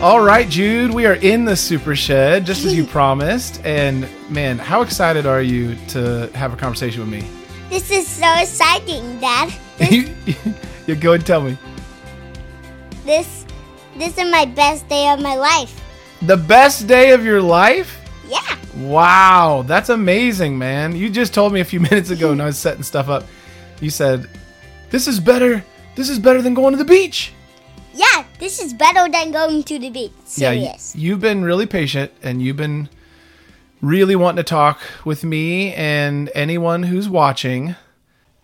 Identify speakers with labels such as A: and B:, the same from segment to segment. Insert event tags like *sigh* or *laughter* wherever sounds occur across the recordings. A: All right, Jude, we are in the super shed just as you promised. And man, how excited are you to have a conversation with me? *laughs*
B: This is so exciting, Dad.
A: you, you go and tell me.
B: This this is my best day of my life.
A: The best day of your life?
B: Yeah.
A: Wow, that's amazing, man. You just told me a few *laughs* minutes ago when I was setting stuff up. You said, "This is better. This is better than going to the beach."
B: Yeah, this is better than going to the beach. Serious.
A: Yeah, you, you've been really patient and you've been really wanting to talk with me and anyone who's watching.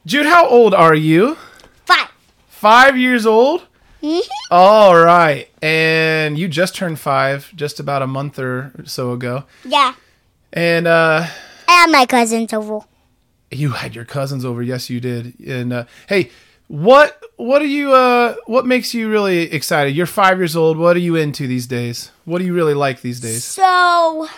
A: Jude, how old are you?
B: 5
A: Five years old?
B: Mm-hmm.
A: All right. And you just turned five just about a month or so ago.
B: Yeah.
A: And uh,
B: I have my cousins over.
A: you had your cousins over. Yes, you did. And uh, hey, what what are you uh what makes you really excited? You're 5 years old. What are you into these days? What do you really like these days?
B: So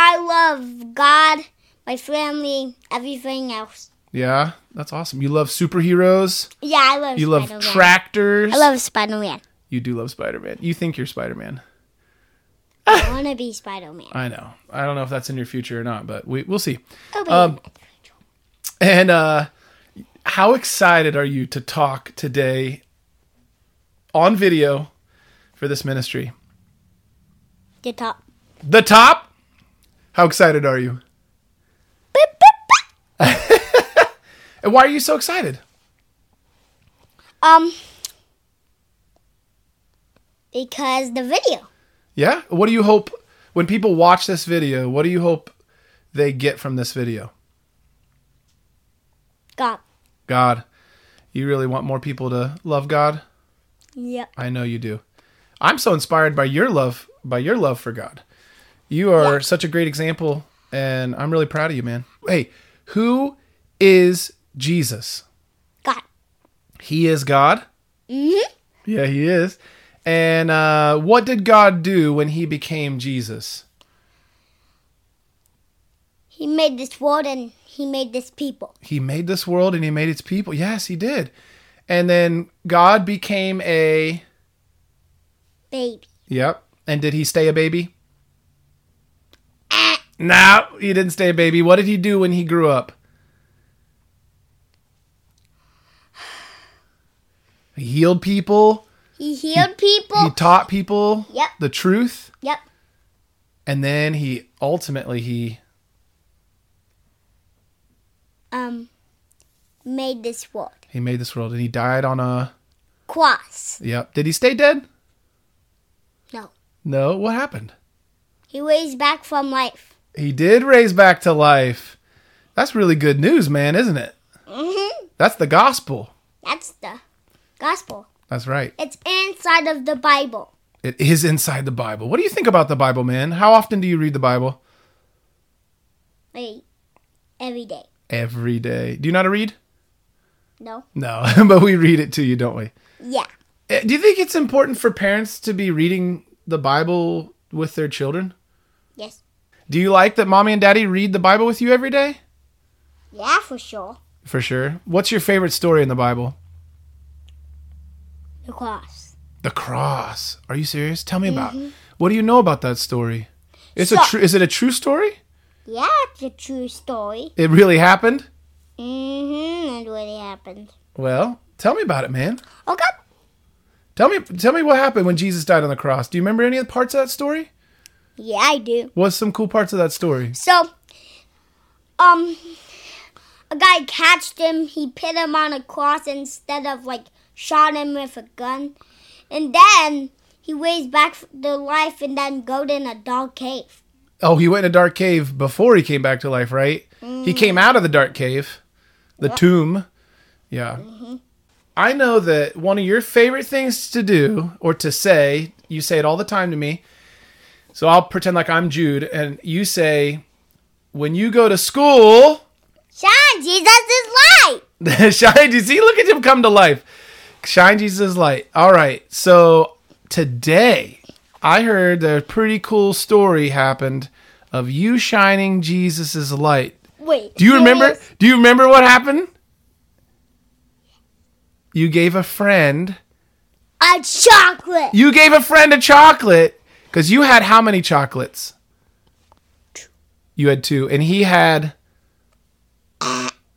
B: I love God, my family, everything else.
A: Yeah, that's awesome. You love superheroes?
B: Yeah, I love
A: You love
B: Spider-Man.
A: tractors?
B: I love Spider-Man.
A: you do love Spider-Man. You think you're Spider-Man.
B: I want to be Spider-Man.
A: I know. I don't know if that's in your future or not, but we we'll see.
B: Oh, but
A: Um, And uh, how excited are you to talk today on video for this ministry?
B: the top.
A: The top? How excited are you?
B: Boop, boop, boop.
A: And why are you so excited?
B: Um, because the video.
A: Yeah? What do you hope when people watch this video, what do you hope they get from this video?
B: God.
A: God. You really want more people to love God?
B: Yep.
A: I know you do. I'm so inspired by your love by your love for God. You are such a great example and I'm really proud of you, man. Hey, who is Jesus?
B: God.
A: He is God?
B: Mhm.
A: Yeah, he is. And uh, what did God do when he became Jesus?
B: He made this world and he made this people.
A: He made this world and he made its people. Yes, he did. And then God became a
B: Baby.
A: Yep. And did he stay a baby? No, he didn't stay a baby. What did he do when he grew up? He healed people.
B: He healed people.
A: He taught people
B: Yep.
A: the truth,
B: yep.
A: and then he ultimately he
B: Um, made this world.
A: he made this world, and he died on a.
B: Cross.
A: Yep. Did he stay dead?
B: No.
A: No. What happened?
B: He raised back from life.
A: He did raise back to life. That's really good news, man, isn't it?
B: hmm
A: That's the gospel.
B: That's the gospel.
A: That's right.
B: It's inside of the Bible.
A: It is inside the Bible. What do you think about the Bible, man? How often do you read the Bible?
B: Like, every day.
A: Every day. Do you know how to read?
B: No?
A: No, *laughs* but we read it to you, don't we?
B: Yeah.
A: Eh, Do you think it's important for parents to be reading the Bible with their children?
B: Yes.
A: Do you like that mommy and daddy read the Bible with you every day?
B: Yeah, for sure.
A: For sure. What's your favorite story in the Bible?
B: The cross.
A: The cross. Are you serious? Tell me about. it. What do you know about that story? It's a
B: So-
A: true. Is it a true story?
B: Yeah, it's a true story.
A: It really happened.
B: Mm-hmm. That really happened.
A: Well, tell me about it, man.
B: Okay.
A: Tell me, tell me what happened when Jesus died on the cross. Do you remember any of the parts of that story?
B: Yeah, I do.
A: What's some cool parts of that story?
B: So, um, a guy catched him. He put him on a cross instead of like shot him with a gun, and then he raised back the life and then go in a dark cave.
A: Oh, he went in a dark cave before he came back to life, right? He came out of the dark cave, the tomb. Yeah. I know that one of your favorite things to do or to say, you say it all the time to me. So I'll pretend like I'm Jude, and you say, when you go to school,
B: Shine, Jesus is light.
A: *laughs* Shine Jesus. See, look at him come to life. Shine Jesus' light. All right. So today, I heard a pretty cool story happened of you shining Jesus' light.
B: Wait.
A: Do you remember?
B: serious?
A: Do you remember what happened? You gave a friend
B: a chocolate.
A: You gave a friend a chocolate because you had how many chocolates? You had two, and he had.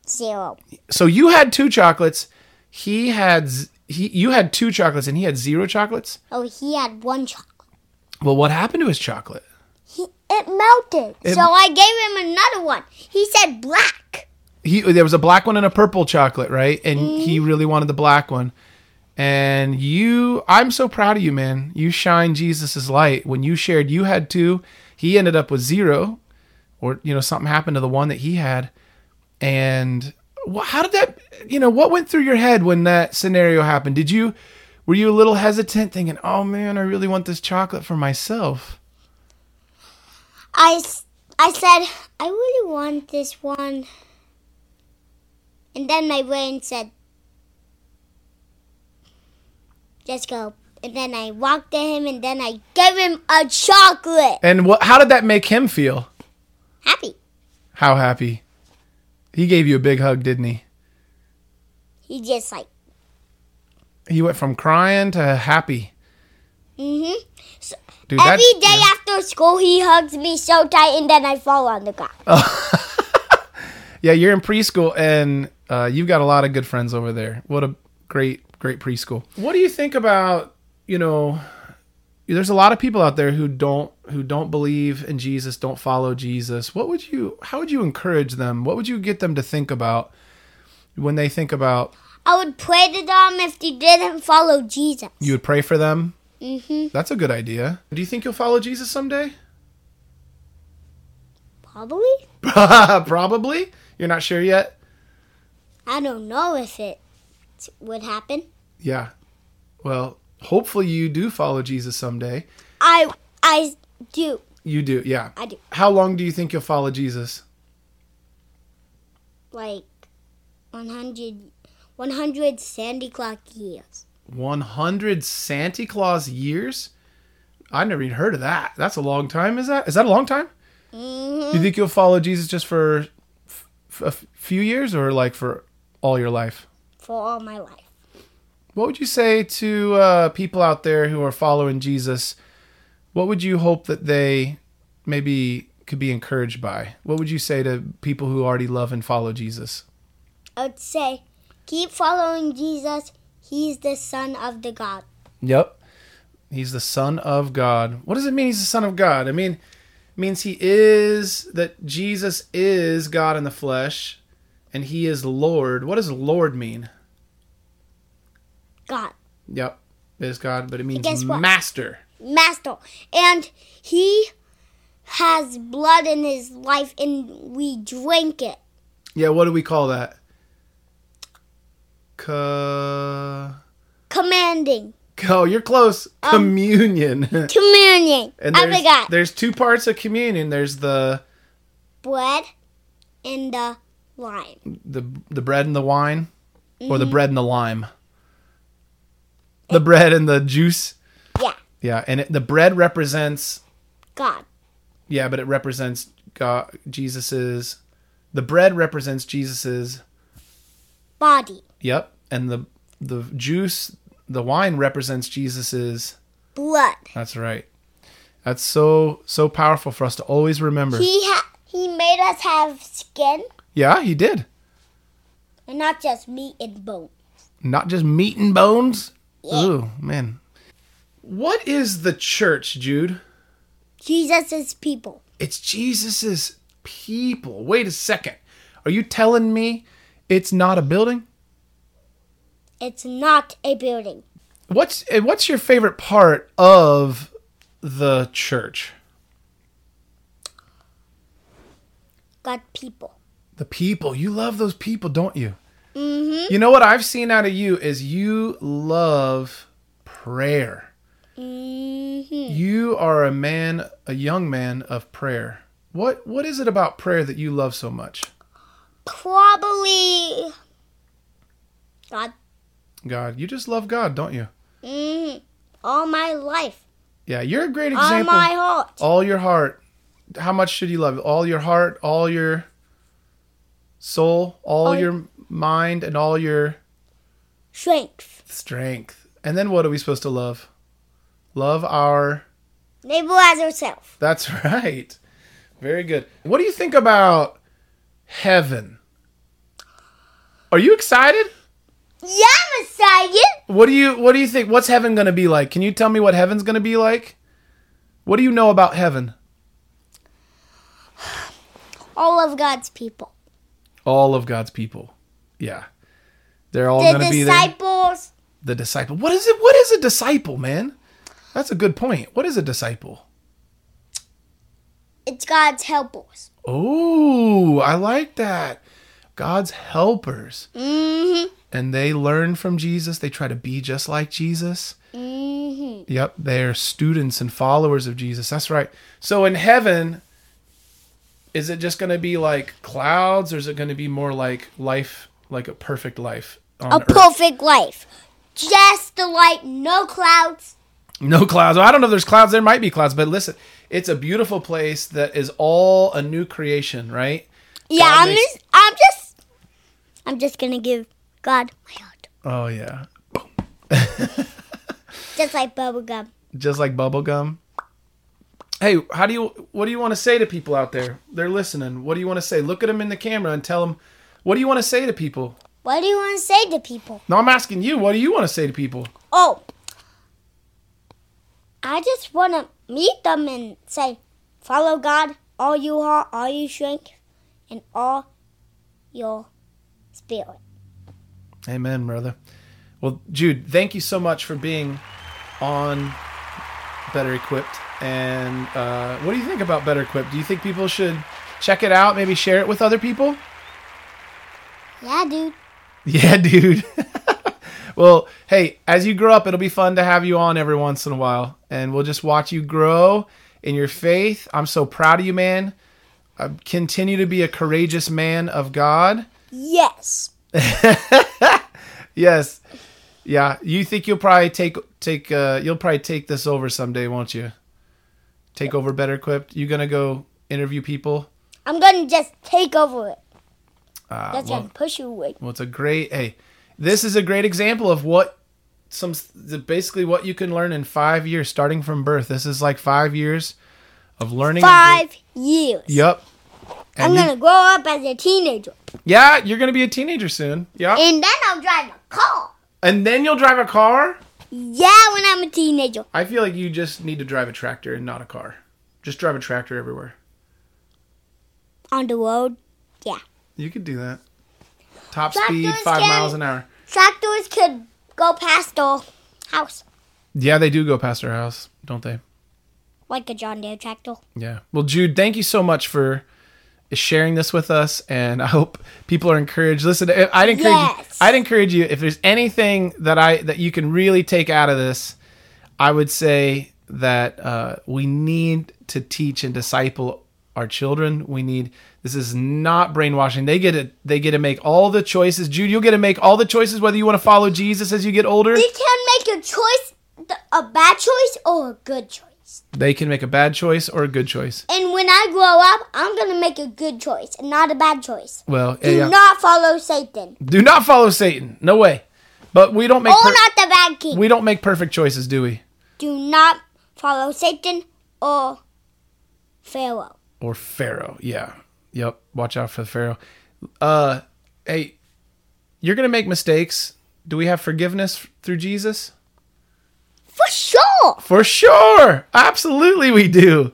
B: Zero.
A: So you had two chocolates. He had z- he. You had two chocolates, and he had zero chocolates.
B: Oh, he had one chocolate.
A: Well, what happened to his chocolate?
B: He, it melted. so I gave him another one. He said black.
A: He there was a black one and a purple chocolate, right? And he really wanted the black one. And you, I'm so proud of you, man. You shine Jesus's light. When you shared, you had two. He ended up with zero, or you know something happened to the one that he had. And wh- how did that? You know what went through your head when that scenario happened? Did you were you a little hesitant, thinking, "Oh man, I really want this chocolate for myself"?
B: I, s- I said, I really want this one. And then my brain said, just go. And then I walked to him and then I gave him a chocolate.
A: And what? How did that make him feel?
B: Happy.
A: How happy? He gave you a big hug, didn't he?
B: He just like,
A: He went from crying to happy.
B: mm hmm.
A: Dude, that's-
B: Every day after school, he hugs me so tight and then I fall on the ground.
A: *laughs* Uh. Yeah, you're in preschool, and uh, you've got a lot of good friends over there. What a great, great preschool. What do you think about you know? There's a lot of people out there who don't who don't believe in Jesus, don't follow Jesus. What would you? How would you encourage them? What would you get them to think about when they think about?
B: I would pray to them if they didn't follow Jesus.
A: You would pray for them.
B: Mm-hmm.
A: That's a good idea. Do you think you'll follow Jesus someday? *laughs*
B: Probably.
A: Probably. You're not sure yet.
B: I don't know if it would happen.
A: Yeah. Well, hopefully you do follow Jesus someday.
B: I I do.
A: You do. Yeah.
B: I do.
A: How long do you think you'll follow Jesus?
B: Like 100, 100 Sandy Clock years.
A: 100 Santa Claus years? I never even heard of that. That's a long time. Is that? Is that a long time?
B: hmm
A: Do you think you'll follow Jesus just for f- f- a f- few years or like for all your life?
B: For all my life.
A: What would you say to uh, people out there who are following Jesus? What would you hope that they maybe could be encouraged by? What would you say to people who already love and follow Jesus?
B: I would say, keep following Jesus. He's the Son of the God.
A: Yep. He's the son of God. What does it mean he's the son of God? I mean, it means he is that Jesus is God in the flesh and he is Lord. What does Lord mean?
B: God.
A: Yep. It is God, but it
B: guess
A: means
B: what?
A: master.
B: Master. And he has blood in his life and we drink it.
A: Yeah, what do we call that? Ca-
B: Commanding.
A: Oh, you're close. communion. *laughs*
B: Communion.
A: and
B: Um, I
A: there's,
B: forgot.
A: there's two parts of communion. There's the
B: Bread and the lime.
A: the the bread and the wine, or the bread and the lime. The bread and the juice.
B: Yeah.
A: Yeah, and it, the bread represents
B: God.
A: yeah, but it represents God, Jesus's. The bread represents Jesus's.
B: Body.
A: Yep, and the the juice, the wine represents Jesus's.
B: Blood.
A: That's right. That's so so powerful for us to always remember.
B: He ha- he made us have skin
A: yeah, he did.
B: and not just meat and bone.
A: Not just meat and bones. Ooh, man. What is the church, Jude?
B: Jesus is people.
A: It's Jesus's people. Wait a second. Are you telling me it's not a building?
B: It's not a building.
A: What's eh, what's your favorite part of the church?
B: God people.
A: The people. You love those people, don't you?
B: Mhm.
A: You know what I've seen out of you is you love prayer.
B: Mhm.
A: You are a man, a young man of prayer. What what is it about prayer that you love so much?
B: Probably God.
A: God, you just love God, don't you?
B: Mhm. All my life.
A: Yeah, you're a great
B: All
A: example.
B: my heart.
A: all your heart. How much should you love? All your heart, all your soul, all
B: All- Oh,
A: your mind and all your
B: Strength.
A: strength. And then what are we supposed to love? Love our.
B: Neighbor as herself.
A: That's *laughs* right. Very good. What do you think about heaven? Are you excited?
B: Yeah, I'm excited.
A: What do you What do you think? What's heaven going to be like? Can you tell me what heaven's going to be like? What do you know about heaven?
B: All of God's people.
A: All of God's people. Yeah, they're all
B: The
A: going to be there.
B: disciples.
A: The disciple. What is it? What is a disciple, man? That's a good point. What is a disciple?
B: It's God's helpers.
A: Oh, I like that. God's helpers.
B: Mm-hmm.
A: And they learn from Jesus. They try to be just like Jesus.
B: Mm-hmm.
A: Yep, they're students and followers of Jesus. That's right. So in heaven, is it just going to be like clouds or is it going to be more like life, like a perfect life on
B: A
A: earth?
B: perfect life. Just the light, no clouds.
A: No clouds. I don't know if there's clouds. There might be clouds, but listen, it's a beautiful place that is all a new creation, right?
B: Yeah,
A: God
B: I'm
A: makes-
B: just, I'm just, I'm just gonna give God my heart,
A: Oh, yeah.
B: just like bubblegum.
A: just like bubblegum. Hey, how do you what do you want to say to people out there? They're listening. What do you want to say? Look at them in the camera and tell them what do you want to say to people?
B: What do you want to say to people?
A: No, I'm asking you. What do you want to say to people?
B: Oh, I just wanna meet them and say, follow God, all you are, all you shrink, and all your spirit.
A: Amen, brother. Well, Jude, thank you so much for being on Better Equipped. And uh, what do you think about Better Equipped? Do you think people should check it out? Maybe share it with other people?
B: Yeah, dude.
A: *laughs* Yeah, dude. *laughs* well, hey, as you grow up, it'll be fun to have you on every once in a while, and we'll just watch you grow in your faith. I'm so proud of you, man. Uh, continue to be a courageous man of God.
B: Yes.
A: Yes. Yeah, you think you'll probably take take uh you'll probably take this over someday, won't you? Take over better equipped. You gonna go interview people?
B: I'm gonna just take over it.
A: Uh,
B: That's
A: well-
B: gonna push you away.
A: Well, it's a great. Hey, this is a great example of what some the- basically what you can learn in five years, starting from birth. This is like five years of learning.
B: Five years.
A: Yep.
B: I'm
A: And you-
B: gonna grow up as a teenager,
A: yeah, you're gonna be a teenager soon. Yeah,
B: and then I'll drive a car.
A: and then you'll drive a car.
B: Yeah, when I'm a teenager.
A: I feel like you just need to drive a tractor and not a car. Just drive a tractor everywhere.
B: On the road,
A: You could do that. Top
B: Tractors
A: speed five
B: can-
A: miles an hour.
B: tractors could go past our house
A: Yeah, they do go past our house, don't they?
B: like a John Deere tractor.
A: Yeah. Well, Jude, thank you so much for sharing this with us, and I hope people are encouraged. Listen, I- I'd encourage,
B: Yes.
A: I'd encourage you if there's anything that I that you can really take out of this, I would say that uh, we need to teach and disciple our children. We need this is not brainwashing. They get it. They get to make all the choices. Jude, you'll get to make all the choices whether you want to follow Jesus as you get older.
B: They can make a choice, th- a bad choice or a good choice.
A: They can make a bad choice or a good choice.
B: And when I grow up, I'm gonna make a good choice and not a bad choice.
A: Well,
B: Do
A: yeah.
B: not follow Satan.
A: Do not follow Satan. No way. But we don't make
B: Or
A: per-
B: not the bad king.
A: we don't make perfect choices, do we?
B: Do not follow Satan or Pharaoh.
A: Or Pharaoh. Yeah. Yep. Watch out for the Pharaoh. Uh hey, you're going to make mistakes. Do we have forgiveness through Jesus?
B: For sure.
A: For sure. Absolutely we do.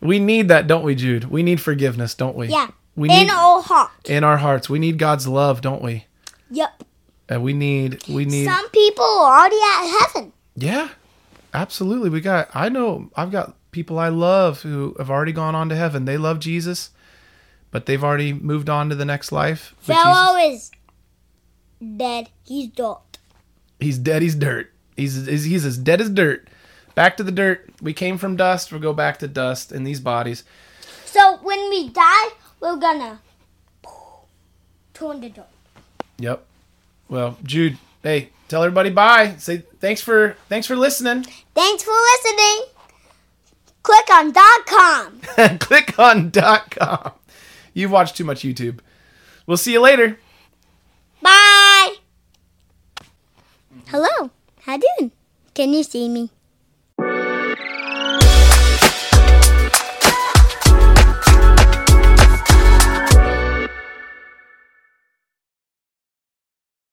A: We need that, don't we, Jude? We need forgiveness, don't we?
B: Yeah.
A: We
B: In
A: need
B: our heart.
A: in our hearts. We need God's love, don't we?
B: Yep.
A: And we need we need
B: Some people are already at heaven.
A: Yeah, absolutely. We got, I know, I've got people I love who have already gone on to heaven. They love Jesus, but they've already moved on to the next life. with Jesus.
B: Pharaoh is dead. He's dead.
A: He's dead, he's dirt. He's, he's, he's as dead as dirt. Back to the dirt. We came from dust. We'll go back to dust in these bodies.
B: So when we die, we're gonna turn the dirt.
A: Yep. Well, Jude, hey, tell everybody bye. Say thanks for thanks for listening. *laughs*
B: Thanks for listening. Click on dot .com.
A: Click on dot .com. You've watched too much YouTube. We'll see you later.
B: Bye. Hello. How doing? Can you see me?